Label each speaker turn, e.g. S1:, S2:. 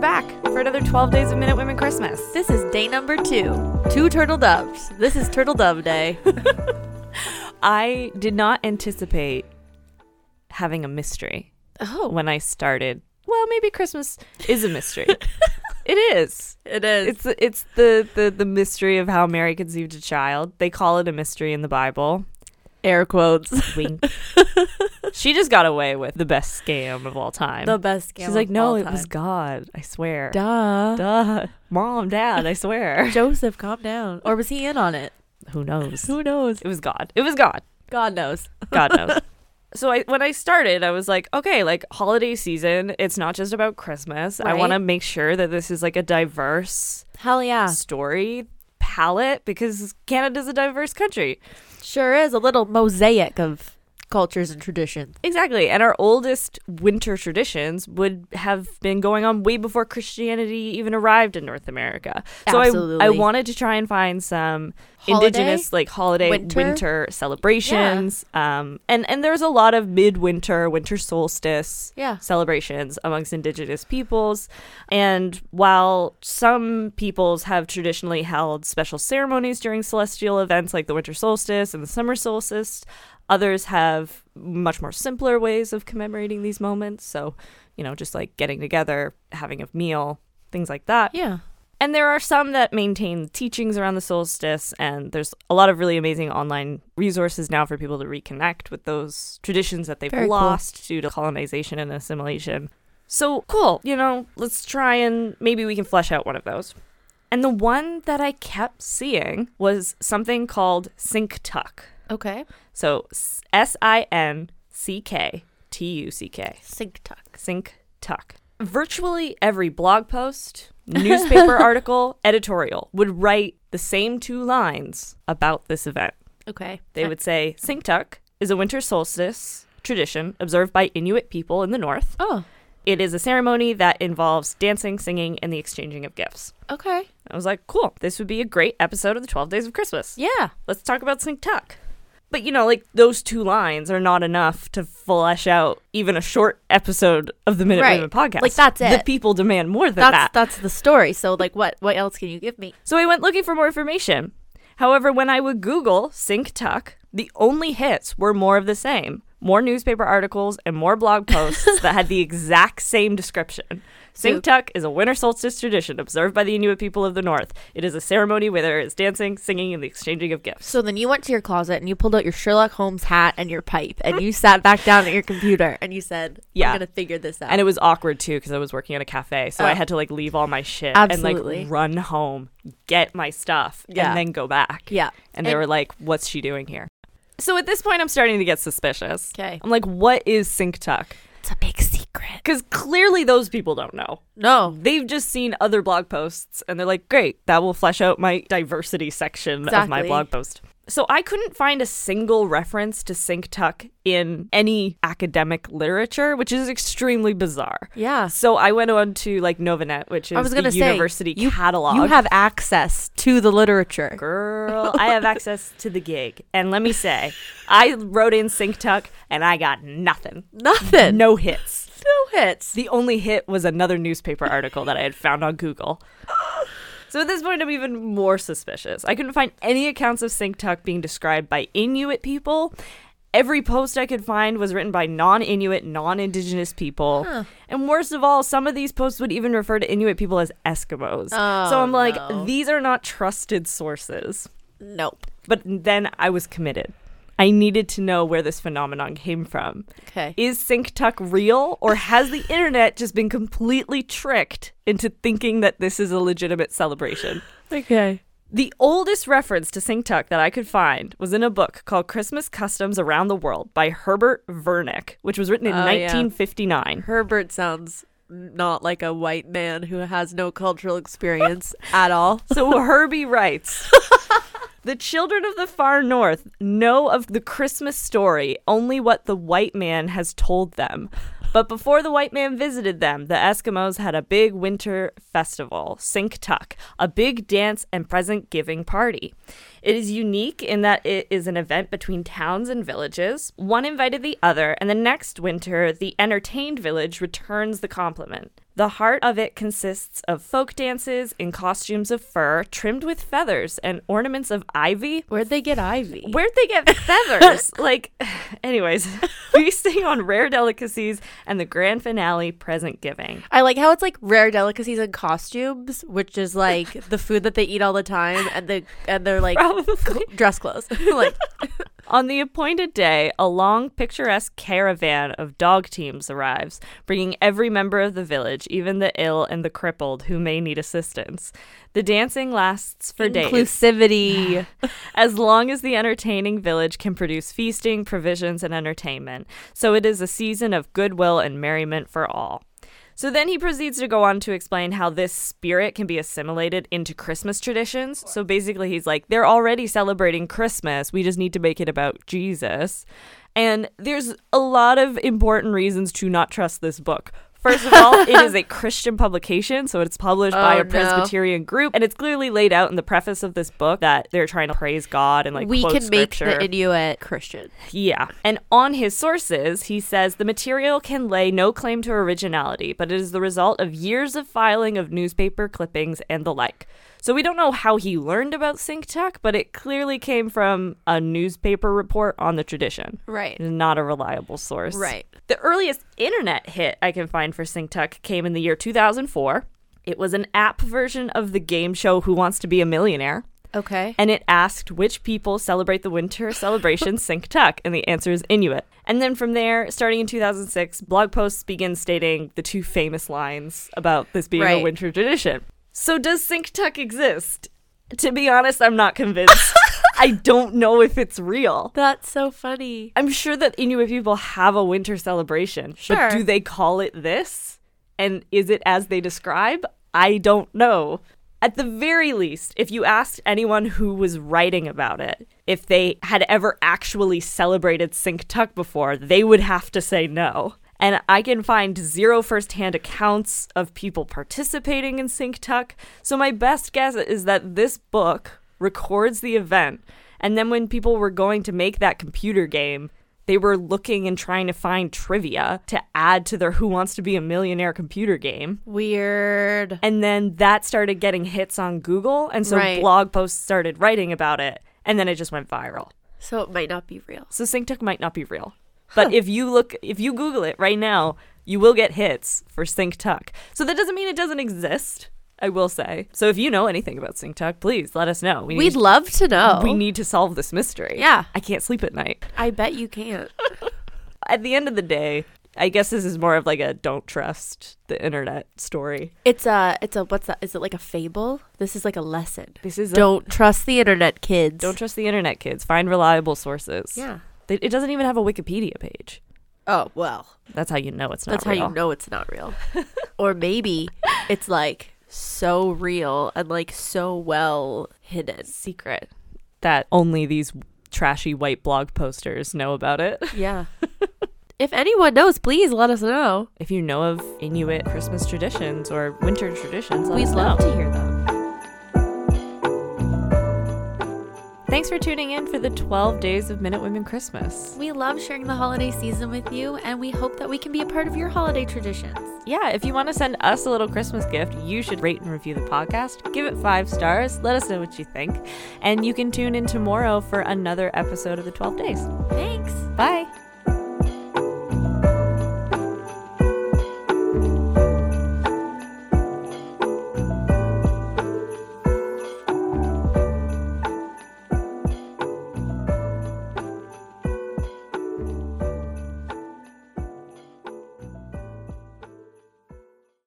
S1: back for another 12 Days of Minute Women Christmas.
S2: This is day number two. Two turtle doves. This is turtle dove day.
S1: I did not anticipate having a mystery
S2: oh,
S1: when I started. Well, maybe Christmas is a mystery. it is.
S2: it
S1: It's
S2: is.
S1: it's the, the the mystery of how Mary conceived a child. They call it a mystery in the Bible.
S2: air quotes.
S1: Wink. she just got away with the best scam of all time.
S2: The best scam.
S1: She's like,
S2: of
S1: no,
S2: all
S1: it
S2: time.
S1: was God. I swear.
S2: duh.
S1: Duh. Mom, Dad, I swear.
S2: Joseph, calm down. Or was he in on it?
S1: Who knows?
S2: Who knows?
S1: It was God. It was God.
S2: God knows.
S1: God knows. So I, when I started, I was like, okay, like holiday season, it's not just about Christmas. I
S2: Right. Ah.
S1: want to make sure that this is like a diverse
S2: Hell yeah.
S1: story palette because Canada's a diverse country.
S2: Sure is a little mosaic of cultures and traditions.
S1: Exactly. And our oldest winter traditions would have been going on way before Christianity even arrived in North America. So I, I
S2: Absolutely.
S1: wanted to try and find some
S2: Holiday?
S1: indigenous like holiday
S2: Winter?
S1: winter, celebrations. Um and and there's a lot of midwinter, winter solstice
S2: Yeah.
S1: celebrations amongst indigenous peoples. And while some peoples have traditionally held special ceremonies during celestial events like the winter solstice and the summer solstice, others have much more simpler ways of commemorating these moments. So, you know, just like getting together, having a meal, things like that.
S2: Yeah.
S1: And there are some that maintain teachings around the solstice, and there's a lot of really amazing online resources now for people to reconnect with those traditions that they've
S2: Very cool.
S1: lost due to colonization and assimilation. So cool, you know, let's try and maybe we can flesh out one of those. And the one that I kept seeing was something called Sink Tuck.
S2: Okay.
S1: So S I N C K T U C K.
S2: Sink tuck.
S1: Sink Tuck. Virtually every blog post, newspaper article, editorial would write the same two lines about this event.
S2: Okay.
S1: They would say Sink Tuck is a winter solstice tradition observed by Inuit people in the north.
S2: Oh.
S1: It is a ceremony that involves dancing, singing, and the exchanging of gifts.
S2: Okay.
S1: I was like, cool, this would be a great episode of the 12 Days of Christmas.
S2: Yeah.
S1: Let's talk about Sink Tuck. But you know, like those two lines are not enough to flesh out even a short episode of the Minute
S2: Right.
S1: Women podcast.
S2: Like, that's
S1: The
S2: it.
S1: people demand more than
S2: That's
S1: that.
S2: that's the story. So like what what else can you give me?
S1: so I went looking for more information. However, when I would Google Sink Tuck, the only hits were more of the same. More newspaper articles and more blog posts that had the exact same description. Sink Tuck is a winter solstice tradition observed by the Inuit people of the North. It is a ceremony where there is dancing, singing, and the exchanging of gifts.
S2: So then you went to your closet and you pulled out your Sherlock Holmes hat and your pipe and you sat back down at your computer and you said,
S1: Yeah.
S2: I'm going to figure this out.
S1: And it was awkward too because I was working at a cafe, so I
S2: Oh.
S1: had to like leave all my shit
S2: Absolutely.
S1: and like run home, get my stuff,
S2: Yeah.
S1: and then go back.
S2: yeah.
S1: And they
S2: And-
S1: were like, "What's she doing here?" So at this point, I'm starting to get suspicious.
S2: 'Kay.
S1: I'm like, "What is Sink Tuck?"
S2: It's a big secret.
S1: Because clearly those people don't know.
S2: No.
S1: They've just seen other blog posts and they're like, "Great, that will flesh out my diversity section of my
S2: Exactly.
S1: blog post." So I couldn't find a single reference to Sink Tuck in any academic literature, which is extremely bizarre.
S2: Yeah.
S1: So I went on to like Novanet, which is
S2: I was going
S1: the
S2: to say
S1: university
S2: you,
S1: catalog.
S2: You have access to the literature.
S1: girl, I have access to the gig, and let me say, I wrote in Sync Tuck, and I got nothing,
S2: Nothing.
S1: no hits.
S2: No hits.
S1: The only hit was another newspaper article that I had found on Google. So at this point, I'm even more suspicious. I couldn't find any accounts of Sink Tuck being described by Inuit people. Every post I could find was written by non Inuit, non Indigenous people. And worst of all, some of these posts would even refer to Inuit people as Eskimos. so
S2: Oh,
S1: I'm like,
S2: no.
S1: these are not trusted sources.
S2: Nope.
S1: But then I was committed. I needed to know where this phenomenon came from.
S2: Okay.
S1: Is Sync Tuck real, or has the internet just been completely tricked into thinking that this is a legitimate celebration?
S2: okay.
S1: The oldest reference to Sync Tuck that I could find was in a book called Christmas Customs Around the World by Herbert Vernick, which was written in
S2: Oh, yeah.
S1: 1959.
S2: Herbert sounds not like a white man who has no cultural experience at all.
S1: So Herbie writes The children of the far north know of the Christmas story only what the white man has told them. But before the white man visited them, the Eskimos had a big winter festival, Sink Tuck, a big dance and present giving party. It is unique in that it is an event between towns and villages. One invited the other, and the next winter, the entertained village returns the compliment. The heart of it consists of folk dances in costumes of fur, trimmed with feathers and ornaments of ivy.
S2: Where'd they get Ivy?
S1: Where'd they get feathers? like, anyways, feasting on rare delicacies and the grand finale, present giving.
S2: I like how it's like rare delicacies and costumes, which is like the food that they eat all the time and the and they're like
S1: Probably.
S2: dress clothes. like
S1: On the appointed day, a long, picturesque caravan of dog teams arrives, bringing every member of the village, even the ill and the crippled who may need assistance. The dancing lasts for days,
S2: inclusivity.
S1: as long as the entertaining village can produce feasting, provisions, and entertainment. So it is a season of goodwill and merriment for all. So then he proceeds to go on to explain how this spirit can be assimilated into Christmas traditions. So basically, he's like, they're already celebrating Christmas. We just need to make it about Jesus. And there's a lot of important reasons to not trust this book. First of all, it is a Christian publication, so it's published by
S2: Oh,
S1: a
S2: no.
S1: Presbyterian group, and it's clearly laid out in the preface of this book that they're trying to praise God and like
S2: we
S1: quote
S2: can make
S1: scripture.
S2: the Inuit Christian.
S1: Yeah. And on his sources, he says the material can lay no claim to originality, but it is the result of years of filing of newspaper clippings and the like. So we don't know how he learned about SyncTech, but it clearly came from a newspaper report on the tradition.
S2: Right.
S1: Not a reliable source.
S2: Right.
S1: The earliest internet hit I can find for SyncTuck came in the year 2004. It was an app version of the game show Who Wants to Be a Millionaire
S2: Okay.
S1: and it asked which people celebrate the winter celebration Sinktuk, and the answer is Inuit. And then from there, starting in 2006, blog posts begin stating the two famous lines about this being a
S2: Right.
S1: winter tradition. So does Sinktuk exist? To be honest, I'm not convinced. I don't know if it's real.
S2: That's so funny.
S1: I'm sure that Inuit people have a winter celebration,
S2: Sure.
S1: but do they call it this? And is it as they describe? I don't know. At the very least, if you asked anyone who was writing about it if they had ever actually celebrated Sinktuk before, they would have to say no. And I can find zero firsthand accounts of people participating in Sinktuk. So my best guess is that this book records the event and then when people were going to make that computer game, they were looking and trying to find trivia to add to their Who Wants to Be a Millionaire computer game.
S2: Weird.
S1: And then that started getting hits on Google. And so
S2: Right.
S1: blog posts started writing about it. And then it just went viral.
S2: So it might not be real.
S1: So SyncTuck might not be real. But if you look, if you Google it right now, you will get hits for SyncTuck. So that doesn't mean it doesn't exist, I will say. So if you know anything about SyncTuck, please let us know. We
S2: We'd
S1: need,
S2: love to know.
S1: we need to solve this mystery.
S2: Yeah.
S1: I can't sleep at night.
S2: I bet you can't.
S1: at the end of the day, I guess this is more of like a don't trust the internet story.
S2: It's a it's a what's that? Is it like a fable? This is like a lesson.
S1: This is don't
S2: Don't trust the internet, kids.
S1: don't trust the internet, kids. Find reliable sources.
S2: Yeah.
S1: They- it doesn't even have a Wikipedia page.
S2: Oh well.
S1: That's how you know it's not.
S2: That's how
S1: real.
S2: you know it's not real. or maybe it's like so real and like so well hidden.
S1: Secret that only these trashy white blog posters know about it.
S2: Yeah. if anyone knows, please let us know.
S1: If you know of Inuit Christmas traditions or winter traditions, let
S2: We'd
S1: us
S2: love
S1: know.
S2: to hear them.
S1: Thanks for tuning in for the 12 days of Minute Women Christmas.
S2: We love sharing the holiday season with you, and we hope that we can be a part of your holiday traditions.
S1: Yeah, if you want to send us a little Christmas gift, you should rate and review the podcast. Give it five stars. Let us know what you think. And you can tune in tomorrow for another episode of The 12 Days.
S2: Thanks.
S1: Bye.